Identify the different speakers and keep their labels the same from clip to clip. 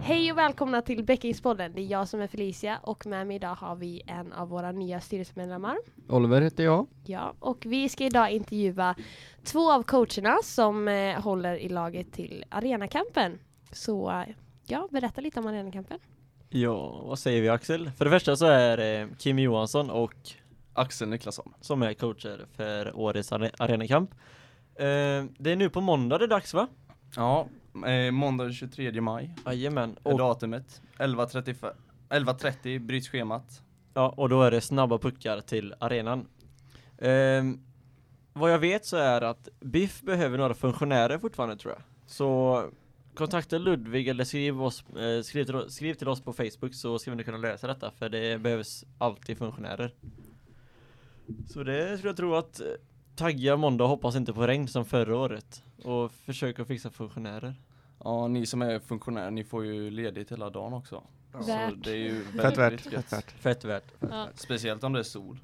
Speaker 1: Hej och välkomna till Bäckingspodden. Det är jag som är Felicia och med mig idag har vi en av våra nya styrelsemedlemmar.
Speaker 2: Oliver heter jag.
Speaker 1: Ja, och vi ska idag intervjua två av coacherna som eh, håller i laget till Arenakampen. Så eh, ja, berätta lite om Arenakampen.
Speaker 3: Ja, vad säger vi Axel? För det första så är eh, Kim Johansson och
Speaker 2: Axel Niklasson.
Speaker 3: som är coacher för årets are- arenakamp. Eh, det är nu på måndag det är dags va?
Speaker 2: Ja, eh, måndag den 23 maj
Speaker 3: Jajamän.
Speaker 2: är
Speaker 3: Och,
Speaker 2: datumet. 11.35 11.30 bryts schemat.
Speaker 3: ja, och då är det snabba puckar till arenan. Eh, vad jag vet så är att BIF behöver några funktionärer fortfarande tror jag. Så kontakta Ludvig eller skriv, oss, eh, skriv, till, skriv till oss på Facebook så ska vi nu kunna lösa detta för det behövs alltid funktionärer. Så det skulle jag tro att eh, tagga måndag och hoppas inte på regn som förra året och försök att fixa funktionärer.
Speaker 4: Ja, ni som är funktionärer, ni får ju ledigt hela dagen också. Så
Speaker 1: Värt.
Speaker 4: det är ju
Speaker 2: Fett
Speaker 4: väldigt
Speaker 2: värt,
Speaker 4: gött.
Speaker 2: fett värt.
Speaker 3: Fett värt.
Speaker 1: Ja.
Speaker 4: Speciellt om det är sol.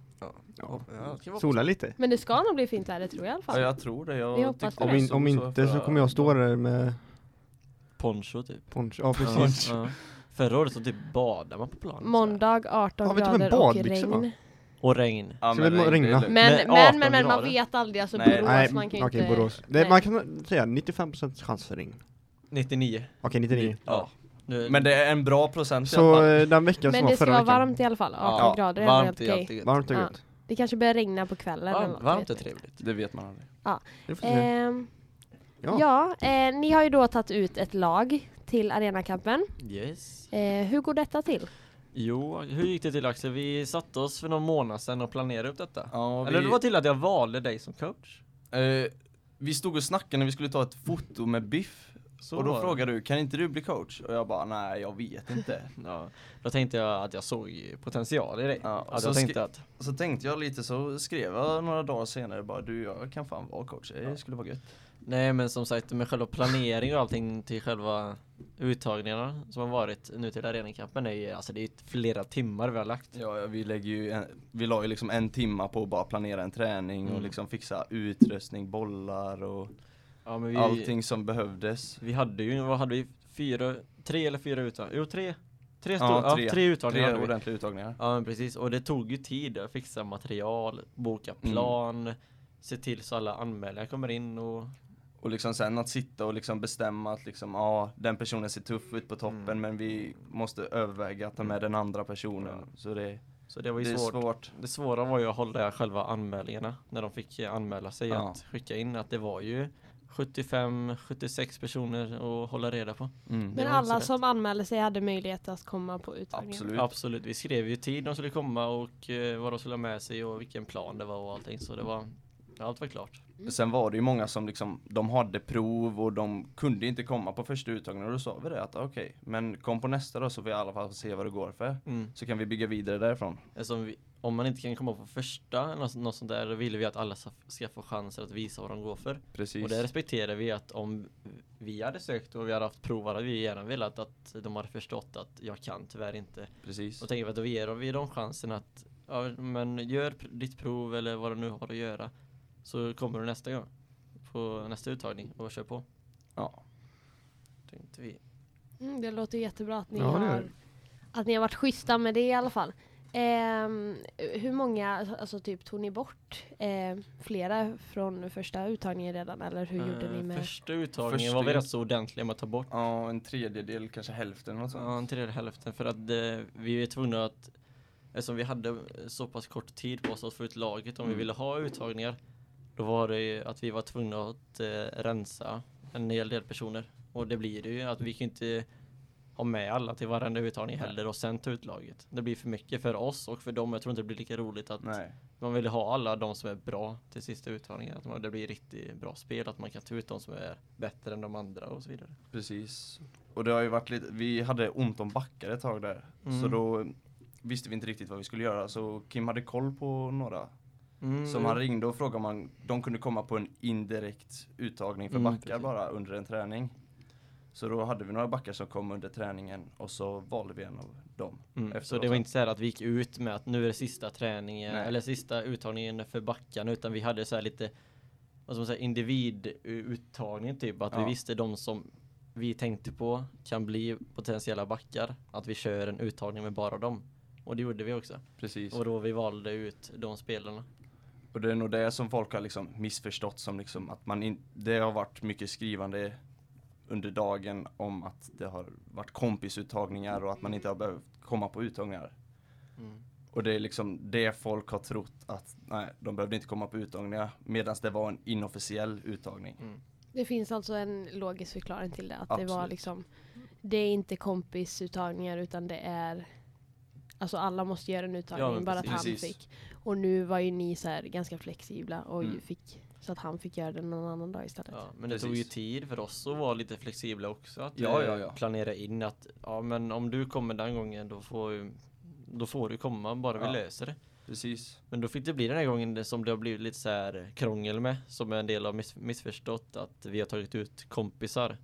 Speaker 5: Sola lite.
Speaker 1: Men det ska nog bli fint väder tror jag i alla
Speaker 4: Ja,
Speaker 1: fall.
Speaker 4: jag tror det. Jag
Speaker 1: Vi hoppas
Speaker 4: tyckte
Speaker 1: på
Speaker 4: det
Speaker 1: det.
Speaker 5: Om,
Speaker 4: var
Speaker 5: in,
Speaker 4: sol
Speaker 5: om inte så
Speaker 4: förra
Speaker 5: kommer jag stå
Speaker 4: dagen.
Speaker 5: där med
Speaker 3: Poncho typ.
Speaker 5: poncho. Ja precis.
Speaker 3: Ja. Förra året så typ badade man på planen.
Speaker 1: Måndag 18
Speaker 5: Har vi inte med
Speaker 1: grader och
Speaker 5: badbyxor, va?
Speaker 1: regn.
Speaker 3: Och regn.
Speaker 4: Ja,
Speaker 5: Så
Speaker 4: men
Speaker 5: det
Speaker 4: det är
Speaker 5: regnar.
Speaker 4: lugnt.
Speaker 3: Men
Speaker 1: Men, men, men,
Speaker 3: 18
Speaker 1: men man
Speaker 3: grader.
Speaker 1: vet aldrig, alltså
Speaker 4: Nej,
Speaker 1: Borås,
Speaker 5: Nej,
Speaker 1: man kan ju
Speaker 5: okej
Speaker 1: inte...
Speaker 5: Borås. Det,
Speaker 1: Nej.
Speaker 5: man kan säga 95% chans för regn.
Speaker 3: 99.
Speaker 5: Okej 99.
Speaker 3: Ja. Nu,
Speaker 4: Men det är en bra procent i alla
Speaker 5: Så
Speaker 4: fall.
Speaker 5: eh, den veckan som
Speaker 1: Men
Speaker 5: var
Speaker 1: det ska
Speaker 5: förra
Speaker 1: vara
Speaker 5: veckan.
Speaker 1: varmt i alla fall, 18
Speaker 4: Ja,
Speaker 1: grader är väl helt
Speaker 3: varmt är
Speaker 1: okej.
Speaker 3: alltid gött.
Speaker 5: Varmt och
Speaker 1: Ja.
Speaker 5: gött.
Speaker 1: Det kanske börjar regna på kvällen eller
Speaker 3: Varmt,
Speaker 1: något,
Speaker 3: varmt är
Speaker 1: vet inte.
Speaker 3: trevligt.
Speaker 4: Det vet man aldrig.
Speaker 5: Det får vi se.
Speaker 1: Ehm,
Speaker 5: Ja.
Speaker 1: ja, eh, ni har ju då tagit ut ett lag till arenakampen.
Speaker 3: Yes.
Speaker 1: Eh, hur går detta till?
Speaker 3: Jo, hur gick det till Axel? Vi satte oss för någon månad sedan och planerade upp detta.
Speaker 4: Ja, vi,
Speaker 3: Eller det var till att jag valde dig som coach.
Speaker 4: eh, vi stod och snackade när vi skulle ta ett foto med Biff.
Speaker 3: Så
Speaker 4: och då
Speaker 3: var det.
Speaker 4: frågade du, kan inte du bli coach? Och jag bara, nej jag vet inte.
Speaker 3: Ja, då tänkte jag att jag såg potential i dig.
Speaker 4: Ja, och
Speaker 3: att
Speaker 4: så
Speaker 3: jag
Speaker 4: skri-
Speaker 3: tänkte att
Speaker 4: så tänkte jag lite, så skrev jag några dagar senare bara, du jag kan fan vara coach, det skulle vara gött.
Speaker 3: Nej men som sagt med själva planering och allting till själva uttagningarna som har varit nu till arenakampen är ju alltså det är ju flera timmar vi har lagt.
Speaker 4: Ja, ja, vi lägger ju, en, vi la ju liksom en timma på att bara planera en träning
Speaker 3: Mm.
Speaker 4: och liksom fixa utrustning, bollar och
Speaker 3: Ja men vi,
Speaker 4: allting som behövdes.
Speaker 3: vi hade ju, vad hade vi? Fyra, tre eller fyra uttagningar? Jo tre! Tre, stor,
Speaker 4: Ja,
Speaker 3: ja, tre.
Speaker 4: tre.
Speaker 3: uttagningar
Speaker 4: Tre
Speaker 3: hade vi.
Speaker 4: ordentliga uttagningar.
Speaker 3: Ja men precis, och det tog ju tid att fixa material, boka
Speaker 4: Mm.
Speaker 3: plan, se till så alla anmälningar kommer in och
Speaker 4: Och liksom sen att sitta och liksom bestämma att liksom, ja, den personen ser tuff ut på toppen
Speaker 3: Mm.
Speaker 4: men vi måste överväga att ta med den andra personen.
Speaker 3: Ja.
Speaker 4: Så det,
Speaker 3: så det var ju
Speaker 4: det är
Speaker 3: svårt.
Speaker 4: svårt.
Speaker 3: Det svåra var ju att hålla själva anmälningarna när de fick eh, anmäla sig
Speaker 4: Ja.
Speaker 3: att skicka in att det var ju 75-76 personer att hålla reda på.
Speaker 4: Mm.
Speaker 1: Men
Speaker 3: var inte så
Speaker 1: alla
Speaker 3: lätt.
Speaker 1: som anmälde sig hade möjlighet att komma på uttagningen.
Speaker 4: Absolut.
Speaker 3: Absolut, vi skrev ju tid de skulle komma och eh, vad de skulle ha med sig och vilken plan det var och allting så det var allt var klart.
Speaker 4: Sen var det ju många som liksom, de hade prov och de kunde inte komma på första uttagningen och då sa vi det att okej, men kom på nästa då så vi i alla fall får se vad det går för.
Speaker 3: Mm.
Speaker 4: Så kan vi bygga vidare därifrån.
Speaker 3: Eftersom vi, Alltså, om man inte kan komma på första eller något, något sånt där då ville vi att alla sa- ska få chanser att visa vad de går för.
Speaker 4: Precis.
Speaker 3: Och det respekterar vi att om vi hade sökt och vi hade haft prov hade vi gärna velat att de hade förstått att jag kan tyvärr inte
Speaker 4: Precis.
Speaker 3: Och tänker vi att då ger vi dem chansen att ja, men gör pr- ditt prov eller vad du nu har att göra så kommer du nästa gång på nästa uttagning och kör på.
Speaker 4: Ja.
Speaker 3: Tänkte vi.
Speaker 1: Mm, det låter jättebra att ni,
Speaker 5: Ja, det gör
Speaker 1: har,
Speaker 5: det.
Speaker 1: att ni har varit schyssta med det i alla fall. Ehm, hur många, alltså typ tog ni bort eh, flera från första uttagningen redan eller hur gjorde
Speaker 3: Eh,
Speaker 1: ni med?
Speaker 3: Första uttagningen
Speaker 4: Första
Speaker 3: var vi
Speaker 4: ut-
Speaker 3: rätt så ordentliga med att ta bort
Speaker 4: Ja, en tredjedel, kanske hälften eller något sånt.
Speaker 3: ja, en tredje hälften för att eh, vi är tvungna att eftersom vi hade så pass kort tid på oss att få ut laget om vi
Speaker 4: Mm.
Speaker 3: ville ha uttagningar då var det ju att vi var tvungna att eh, rensa en hel del personer och det blir det ju att vi kan inte ha med alla till varenda uttagning heller och sen ta ut laget. Det blir för mycket för oss och för dem. Jag tror inte det blir lika roligt att
Speaker 4: Nej.
Speaker 3: man vill ha alla de som är bra till sista uttagningen. Att man- det blir riktigt bra spel, att man kan ta ut de som är bättre än de andra och så vidare.
Speaker 4: Precis. Och det har ju varit lite, vi hade ont om backar ett tag där. Så
Speaker 3: Mm.
Speaker 4: då visste vi inte riktigt vad vi skulle göra. Så Kim hade koll på några.
Speaker 3: Mm,
Speaker 4: Som han ringde och frågade om han, de kunde komma på en indirekt uttagning för
Speaker 3: Mm,
Speaker 4: backar
Speaker 3: precis.
Speaker 4: bara under en träning. Så då hade vi några backar som kom under träningen och så valde vi en av dem.
Speaker 3: Mm. Så
Speaker 4: efteråt.
Speaker 3: det var inte så här att vi gick ut med att nu är det sista träningen
Speaker 4: Nej.
Speaker 3: eller sista uttagningen för backarna utan vi hade så här lite vad ska man säga, individuttagning typ att vi
Speaker 4: Ja.
Speaker 3: visste de som vi tänkte på kan bli potentiella backar att vi kör en uttagning med bara dem och det gjorde vi också
Speaker 4: Precis.
Speaker 3: och då vi valde ut de spelarna
Speaker 4: Och det är nog det som folk har liksom missförstått som liksom att man in, det har varit mycket skrivande under dagen om att det har varit kompisuttagningar och att man inte har behövt komma på uttagningar.
Speaker 3: Mm.
Speaker 4: Och det är liksom det folk har trott att nej, de behövde inte komma på uttagningar medan det var en inofficiell uttagning.
Speaker 1: Det finns alltså en logisk förklaring till det. Att det var
Speaker 4: Absolut.
Speaker 1: liksom, det är inte kompisuttagningar utan det är Alltså alla måste göra en uttagning,
Speaker 3: men
Speaker 1: bara att han
Speaker 4: precis.
Speaker 1: fick. Och nu var ju ni så här ganska flexibla och ju
Speaker 4: Mm.
Speaker 1: fick så att han fick göra den någon annan dag istället.
Speaker 3: Ja, men det
Speaker 4: Precis.
Speaker 3: tog ju tid för oss att vara lite flexibla också. Att
Speaker 4: Ja,
Speaker 3: eh,
Speaker 4: ja, ja.
Speaker 3: planera in att ja, men om du kommer den gången då får, ju- då får du komma bara vi
Speaker 4: Ja.
Speaker 3: löser det.
Speaker 4: Precis.
Speaker 3: Men då fick det bli den här gången det som det har blivit lite så här krångel med som är en del av miss missförstått att vi har tagit ut kompisar.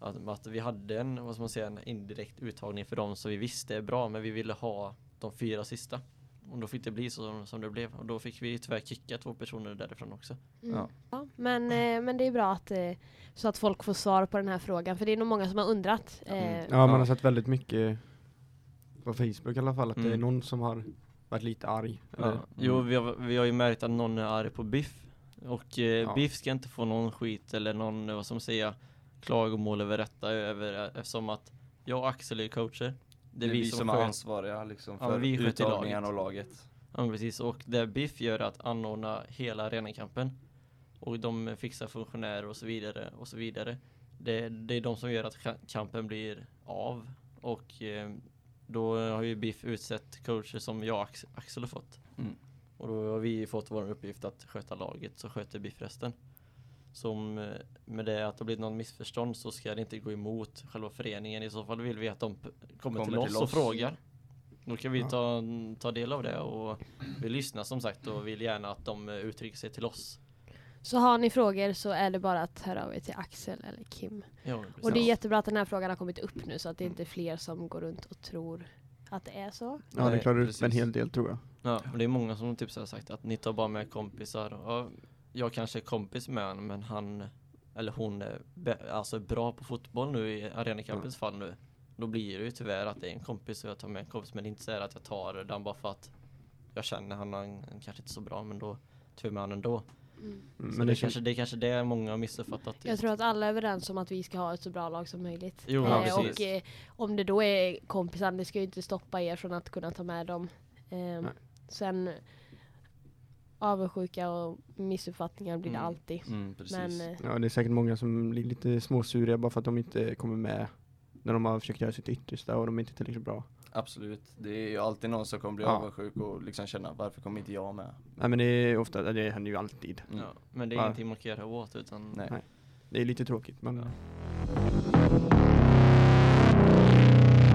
Speaker 3: Att, att vi hade en, vad ska man säga, en indirekt uttagning för dem som vi visste är bra men vi ville ha de fyra sista. Och då fick det bli så som, som det blev och då fick vi tyvärr kicka två personer därifrån också.
Speaker 1: Mm.
Speaker 4: Ja.
Speaker 1: Ja, men, eh, men det är bra att, eh, så att folk får svar på den här frågan. För det är nog många som har undrat. Eh,
Speaker 4: Mm.
Speaker 5: Ja, man har sett väldigt mycket på Facebook i alla fall att det är
Speaker 3: Mm.
Speaker 5: någon som har varit lite arg.
Speaker 3: Ja.
Speaker 5: Eller,
Speaker 4: Mm.
Speaker 3: Jo, vi har, vi har ju märkt att någon är arg på Biff. Och eh, Biff ska inte få någon skit eller någon, eh, vad ska man säga, klagomål över detta över, eh, eftersom att jag och Axel är coacher.
Speaker 4: Det är vi som, är
Speaker 3: sköter-
Speaker 4: ansvariga liksom,
Speaker 3: Ja,
Speaker 4: för
Speaker 3: vi sköter
Speaker 4: uttagningarna och
Speaker 3: laget.
Speaker 4: laget.
Speaker 3: Ja, men precis. Och det Biff gör är att anordna hela arenakampen. Och de fixar funktionärer och så vidare och så vidare. Det, det är de som gör att ka- kampen blir av. Och eh, då har ju Biff utsett coacher som jag och Ax- Axel har fått.
Speaker 4: Mm.
Speaker 3: Och då har vi fått vår uppgift att sköta laget, så sköter Biff resten. Som eh, med det att det blivit något missförstånd så ska det inte gå emot själva föreningen. I så fall vill vi att de p- kommer, till, oss och frågar. Då kan vi
Speaker 5: Ja.
Speaker 3: ta, ta del av det och vi lyssnar som sagt och vill gärna att de eh, uttrycker sig till oss.
Speaker 1: Så har ni frågor så är det bara att höra av er till Axel eller Kim.
Speaker 3: Ja,
Speaker 1: Och det är jättebra att den här frågan har kommit upp nu så att det inte är fler som går runt och tror att det är så.
Speaker 5: ja, det
Speaker 3: Nej, Mm,
Speaker 5: klarar ut
Speaker 4: precis.
Speaker 5: en hel del tror jag.
Speaker 3: ja, och det är många som typ så har sagt att ni tar bara med kompisar. Ja, jag kanske är kompis med honom men han eller hon är be- alltså bra på fotboll nu i arenakampens fall nu. Då blir det ju tyvärr att det är en kompis och jag tar med en kompis men det är inte så här att jag tar den bara för att jag känner han, han kanske inte så bra men då tar jag med honom ändå.
Speaker 5: Mm,
Speaker 3: Så
Speaker 5: Men
Speaker 3: det,
Speaker 5: det
Speaker 3: kanske, det är kanske det många har missuppfattat.
Speaker 1: Jag tror att alla är överens om att vi ska ha ett så bra lag som möjligt.
Speaker 3: Jo,
Speaker 1: Eh,
Speaker 3: ja, precis.
Speaker 1: och eh, om det då är kompisar, det ska ju inte stoppa er från att kunna ta med dem. Eh,
Speaker 5: Nej.
Speaker 1: sen avundsjuka och missuppfattningar blir det
Speaker 3: Mm.
Speaker 1: alltid.
Speaker 4: Mm, precis.
Speaker 1: Men eh,
Speaker 5: Ja, det är säkert många som blir lite småsuriga bara för att de inte kommer med när de har försökt göra sitt yttersta och de är inte tillräckligt bra.
Speaker 4: Absolut. Det är ju alltid någon som kommer bli
Speaker 5: Ja.
Speaker 4: avundsjuk och liksom känna varför kommer inte jag med?
Speaker 5: Nej men det är ofta, det händer ju alltid.
Speaker 4: Mm.
Speaker 3: Ja, men det är
Speaker 5: Ja.
Speaker 3: ingenting man kan göra åt utan
Speaker 4: Nej.
Speaker 5: Det är lite tråkigt men
Speaker 3: Ja.
Speaker 1: eh,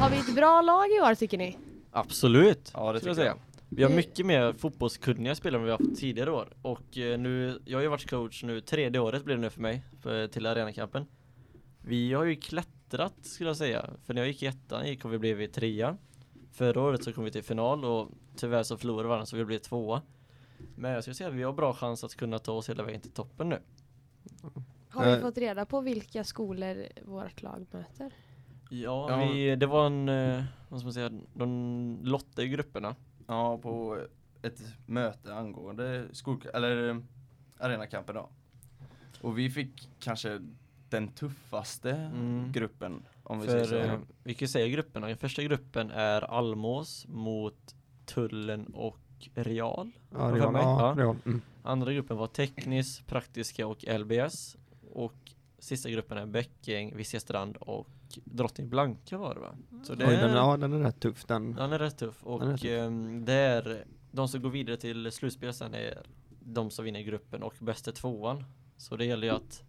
Speaker 1: har vi ett bra lag i år tycker ni?
Speaker 3: Absolut!
Speaker 4: Ja det
Speaker 3: skulle jag
Speaker 4: tycker
Speaker 3: säga.
Speaker 4: jag.
Speaker 3: Vi har
Speaker 1: Det-
Speaker 3: mycket mer fotbollskunniga spelare än vi har haft tidigare år och eh, nu, jag har ju varit coach nu, tredje året blir det nu för mig för, till arenakampen. Vi har ju klättrat skulle jag säga, för när jag gick i ettan gick och vi blev i trea. Förra året så kom vi till final och tyvärr så förlorade vi annars så vi blev tvåa. Men jag skulle säga att vi har bra chans att kunna ta oss hela vägen till toppen nu.
Speaker 1: Har vi
Speaker 5: Eh.
Speaker 1: fått reda på vilka skolor vårt lag möter?
Speaker 3: Ja,
Speaker 4: Ja.
Speaker 3: Vi, det var en, eh, vad ska man säga, de lottade i grupperna.
Speaker 4: Ja, på ett möte angående skol- eller eh, arenakampen då. Och vi fick kanske den tuffaste
Speaker 3: Mm.
Speaker 4: gruppen om vi
Speaker 3: För
Speaker 4: säger så.
Speaker 3: eh, vi kan ju säga grupperna. Den första gruppen är Almås mot Tullen och Real.
Speaker 5: ja,
Speaker 3: för
Speaker 5: Real,
Speaker 3: mig,
Speaker 5: ja,
Speaker 3: ja.
Speaker 5: Real. Mm.
Speaker 3: Andra gruppen var Teknis, Praktiska och LBS. Och sista gruppen är Bäcking, Vissestrand och Drottning Blanka var det va? Så det
Speaker 5: Oj, den,
Speaker 3: är,
Speaker 5: ja, den är rätt tuff den.
Speaker 3: den är rätt tuff. Och
Speaker 5: Den är rätt tuff.
Speaker 3: ehm, det är de som går vidare till slutspel sen är de som vinner gruppen och bästa tvåan. Så det gäller ju att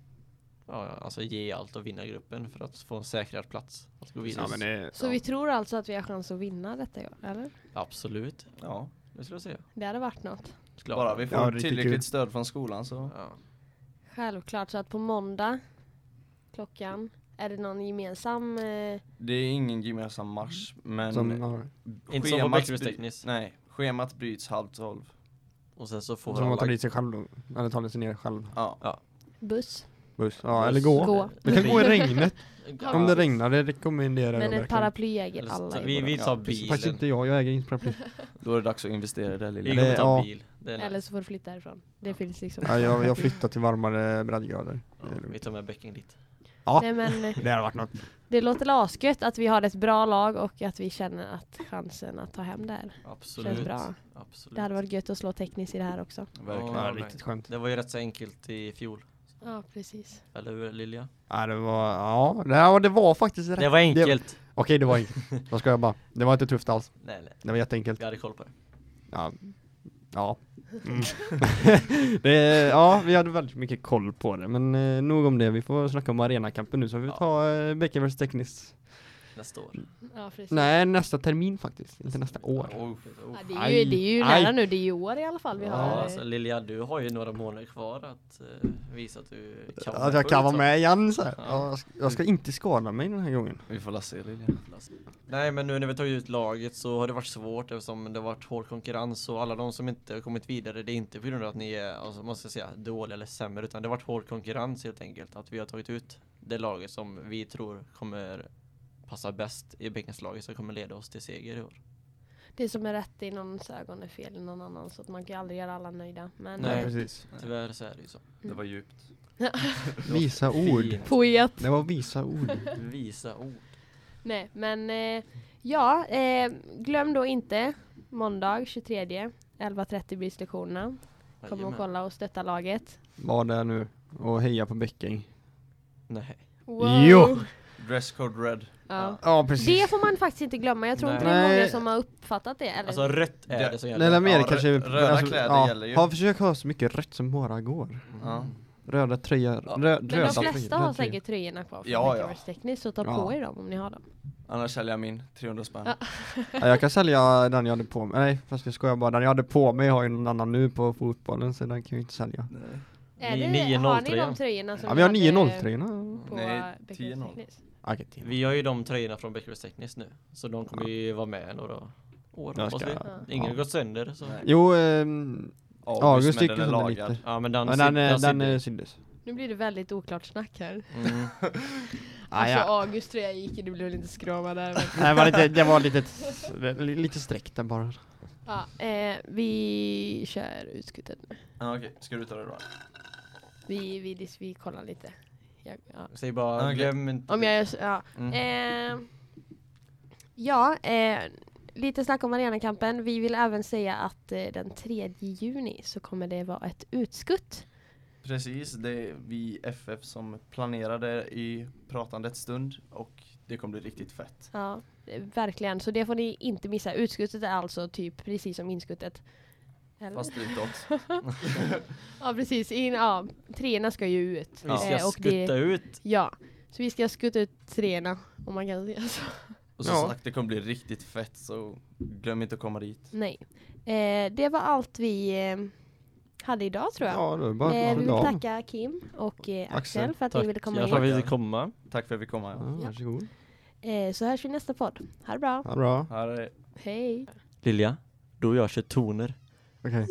Speaker 3: ja, alltså ge allt och vinna gruppen för att få en säkrad plats att gå vidare.
Speaker 5: Ja, men det,
Speaker 1: Så
Speaker 5: ja.
Speaker 1: vi tror alltså att vi har chans att vinna detta i år, eller?
Speaker 3: Absolut,
Speaker 4: Ja,
Speaker 3: det skulle jag säga.
Speaker 1: Det hade varit något.
Speaker 3: Klart.
Speaker 4: bara vi får
Speaker 5: Ja, riktigt
Speaker 4: tillräckligt
Speaker 5: kul.
Speaker 4: stöd från skolan så.
Speaker 3: Ja.
Speaker 1: Självklart, så att på måndag klockan är det någon gemensam eh,
Speaker 4: Det är ingen gemensam marsch, men
Speaker 5: Som, ja,
Speaker 3: Inte som på
Speaker 4: schemat
Speaker 3: växelhustekniskt.
Speaker 4: bry- Nej, schemat bryts halv tolv.
Speaker 3: Och sen så får
Speaker 5: som man tar
Speaker 3: alla...
Speaker 5: dit sig själv då. Eller tar sig ner själv.
Speaker 4: Ja.
Speaker 1: buss.
Speaker 5: Buss. Ja, eller gå.
Speaker 1: Gå.
Speaker 5: Vi kan gå i regnet.
Speaker 3: Ja.
Speaker 5: Om det regnar, det rekommenderar jag
Speaker 1: Men ett
Speaker 5: verkligen.
Speaker 1: paraply äger
Speaker 3: Eller
Speaker 1: alla.
Speaker 3: så-
Speaker 1: i
Speaker 3: Vi,
Speaker 1: våran-
Speaker 3: vi tar
Speaker 5: Fast
Speaker 3: bilen.
Speaker 5: inte jag, jag äger inte paraply.
Speaker 4: Då är det dags att investera i det
Speaker 3: Vi
Speaker 4: lilla.
Speaker 5: Det-
Speaker 3: kommer ta
Speaker 5: ja.
Speaker 3: bil. Det är
Speaker 1: Eller
Speaker 3: nice.
Speaker 1: så får du flytta härifrån. Det finns liksom.
Speaker 5: ja, jag, jag flyttar till varmare breddgrader.
Speaker 3: Ja, Vi tar med bäcken dit.
Speaker 5: Ja.
Speaker 1: Nej, men, eh,
Speaker 5: Det hade varit något.
Speaker 1: det låter asgött att vi har ett bra lag och att vi känner att chansen att ta hem det här känns
Speaker 3: Absolut.
Speaker 1: bra.
Speaker 3: Absolut.
Speaker 1: Det hade varit gött att slå tekniskt i det här också.
Speaker 4: Verkligen.
Speaker 5: Ja,
Speaker 3: Ja,
Speaker 5: riktigt skönt.
Speaker 3: Det var ju rätt så enkelt i fjol.
Speaker 1: Ja, precis.
Speaker 3: Eller hur Lilja?
Speaker 5: Ja, det var, ja, det- ja, det var faktiskt rätt.
Speaker 3: Det var enkelt.
Speaker 5: Okej, det var enkelt. Då ska jag bara. Det var inte tufft alls.
Speaker 3: Nej, nej.
Speaker 5: Det var jätteenkelt.
Speaker 3: Vi hade koll på det.
Speaker 5: Ja. Ja. Mm. det, ja, vi hade väldigt mycket koll på det, men eh, nog om det. Vi får snacka om arenakampen nu, så vi
Speaker 3: Ja.
Speaker 5: ta eh, Bäcken vs Tekniskt.
Speaker 3: Nästa år.
Speaker 1: Ja, precis.
Speaker 5: Nej, nästa termin faktiskt, inte nästa år.
Speaker 3: Oh.
Speaker 1: Ja, det är ju, det är ju
Speaker 5: Aj.
Speaker 1: nära nu, det är ju i år i alla fall vi
Speaker 3: Ja,
Speaker 1: har. eh,
Speaker 3: alltså, Lilja, du har ju några månader kvar att eh, visa att du kan
Speaker 5: Att jag kan vara med igen så här.
Speaker 3: Ja.
Speaker 5: Ja, jag ska- Jag ska inte skada mig den här gången.
Speaker 4: Vi får la se Lilja.
Speaker 3: Nej, men nu när vi tagit ut laget så har det varit svårt eftersom det har varit hård konkurrens och alla de som inte har kommit vidare, det är inte på grund av att ni är, alltså, man ska säga, dåliga eller sämre, utan det har varit hård konkurrens helt enkelt. Att vi har tagit ut det laget som vi tror kommer passa bäst i Bäckenslaget som kommer leda oss till seger i år.
Speaker 1: Det som är rätt i någons ögon är fel i någon annan så att man kan ju aldrig göra alla nöjda. Men eh,
Speaker 3: Nej.
Speaker 5: Ja, precis.
Speaker 3: Tyvärr så är det ju så.
Speaker 4: Det var djupt.
Speaker 5: Visa ord.
Speaker 3: Fint.
Speaker 1: poet.
Speaker 5: Det var visa ord.
Speaker 3: Visa ord.
Speaker 1: Nej, men eh, ja, eh, glöm då inte måndag 23 11.30 blir lektionerna. Kom och
Speaker 3: Jajamän.
Speaker 1: kolla och stötta laget.
Speaker 5: Var där nu och heja på Bäcken.
Speaker 3: Nej.
Speaker 5: Jo!
Speaker 4: Dresscode red.
Speaker 1: Ja.
Speaker 5: Ja, precis.
Speaker 1: Det får man faktiskt inte glömma. Jag tror inte det är
Speaker 5: Nej.
Speaker 1: många som har uppfattat det. Eller?
Speaker 3: Alltså rött är
Speaker 4: Det-
Speaker 3: det som gäller.
Speaker 5: Eller mer
Speaker 4: Ja, rö-
Speaker 5: kanske alltså,
Speaker 4: röda kläder gäller ju.
Speaker 5: Ja, försök ha så mycket rött som bara går
Speaker 4: Ja.
Speaker 5: Röda tröjor,
Speaker 4: Ja.
Speaker 5: röd,
Speaker 1: men
Speaker 5: röda
Speaker 1: de
Speaker 5: tröjor,
Speaker 1: flesta
Speaker 5: röd
Speaker 1: har
Speaker 5: tröja.
Speaker 1: säkert tröjorna kvar från
Speaker 4: Ja,
Speaker 1: ja,
Speaker 4: ja.
Speaker 1: tekniskt så ta
Speaker 5: Ja.
Speaker 1: på er dem om ni har dem.
Speaker 4: Annars säljer jag min, 300 spänn.
Speaker 1: Ja.
Speaker 5: Ja, jag kan sälja den jag hade på mig, nej fast jag skojar bara, den jag hade på mig har ju någon annan nu på fotbollen så den kan jag ju inte sälja
Speaker 1: Är
Speaker 3: Ni-
Speaker 1: det, har ni
Speaker 3: 9-0-tröjan?
Speaker 1: de tröjorna som
Speaker 5: Ja vi har
Speaker 1: ni
Speaker 5: 9-0
Speaker 1: hade
Speaker 5: tröjorna
Speaker 1: på
Speaker 4: Nej,
Speaker 1: eh, Beckers
Speaker 4: 10-0.
Speaker 1: Teknisk?
Speaker 5: Okej, tio.
Speaker 3: Vi har ju de tröjorna från Bäckebys Tekniskt nu, så de kommer
Speaker 5: Ja.
Speaker 3: ju vara med några år
Speaker 5: Jag
Speaker 3: hoppas
Speaker 5: ska-
Speaker 3: vi.
Speaker 1: Ja.
Speaker 3: Ingen har
Speaker 5: ja.
Speaker 3: gått sönder så.
Speaker 4: Nej.
Speaker 5: Jo, ehm, August
Speaker 4: men
Speaker 5: gick
Speaker 4: den
Speaker 5: ju
Speaker 4: är
Speaker 5: sönder
Speaker 4: lagad.
Speaker 5: lite
Speaker 3: Ja men den,
Speaker 5: Men
Speaker 3: sit-
Speaker 5: den, eh, den
Speaker 3: sitter.
Speaker 5: eh, syndes
Speaker 1: Nu blir det väldigt oklart snack här.
Speaker 3: Mm.
Speaker 1: Alltså
Speaker 5: Ah, ja.
Speaker 1: August tröja gick, du blev lite skramad där. men-
Speaker 5: Nej, det var lite, det var lite, lite sträckt den bara
Speaker 1: Ja, eh, vi kör utskottet nu.
Speaker 4: Ja, okej, ska du ta det då?
Speaker 1: Vi, vi, dis- vi kollar lite. Jag, ja.
Speaker 3: Säg bara
Speaker 4: Okej.
Speaker 3: glöm inte.
Speaker 1: Om jag gör så, ja.
Speaker 4: Mm.
Speaker 1: Eh, ja, eh, lite snack om arenakampen. Vi vill även säga att eh, den 3 juni så kommer det vara ett utskutt.
Speaker 4: Precis, det är vi FF som planerade i pratandets stund och det kommer bli riktigt fett.
Speaker 1: Ja, eh, verkligen. Så det får ni inte missa. Utskuttet är alltså typ precis som inskuttet. Eller?
Speaker 4: Fast utåt.
Speaker 1: Ja, precis. In, ja, treorna ska ju ut.
Speaker 3: Vi ska
Speaker 1: Eh, och det-
Speaker 3: skutta ut
Speaker 1: Ja, så vi ska skutta ut treorna om man kan säga så.
Speaker 4: Och som
Speaker 5: Ja.
Speaker 4: sagt, det kommer bli riktigt fett så glöm inte att komma dit.
Speaker 1: Nej. Eh, det var allt vi eh, hade idag tror jag.
Speaker 5: Ja, det var bara
Speaker 1: eh, vi vill
Speaker 5: Ja.
Speaker 1: tacka Kim och eh, Axel,
Speaker 5: Axel,
Speaker 1: för att
Speaker 3: Tack.
Speaker 1: ni ville komma
Speaker 3: Jag tror
Speaker 1: in.
Speaker 3: vi vill komma.
Speaker 4: Tack för att vi kom.
Speaker 5: Ja,
Speaker 4: här.
Speaker 5: varsågod
Speaker 1: Eh, så hörs vi i nästa podd. Ha det bra.
Speaker 5: Ja, bra,
Speaker 4: Här är
Speaker 1: Hej.
Speaker 3: Lilja, du och jag kör toner.
Speaker 5: okej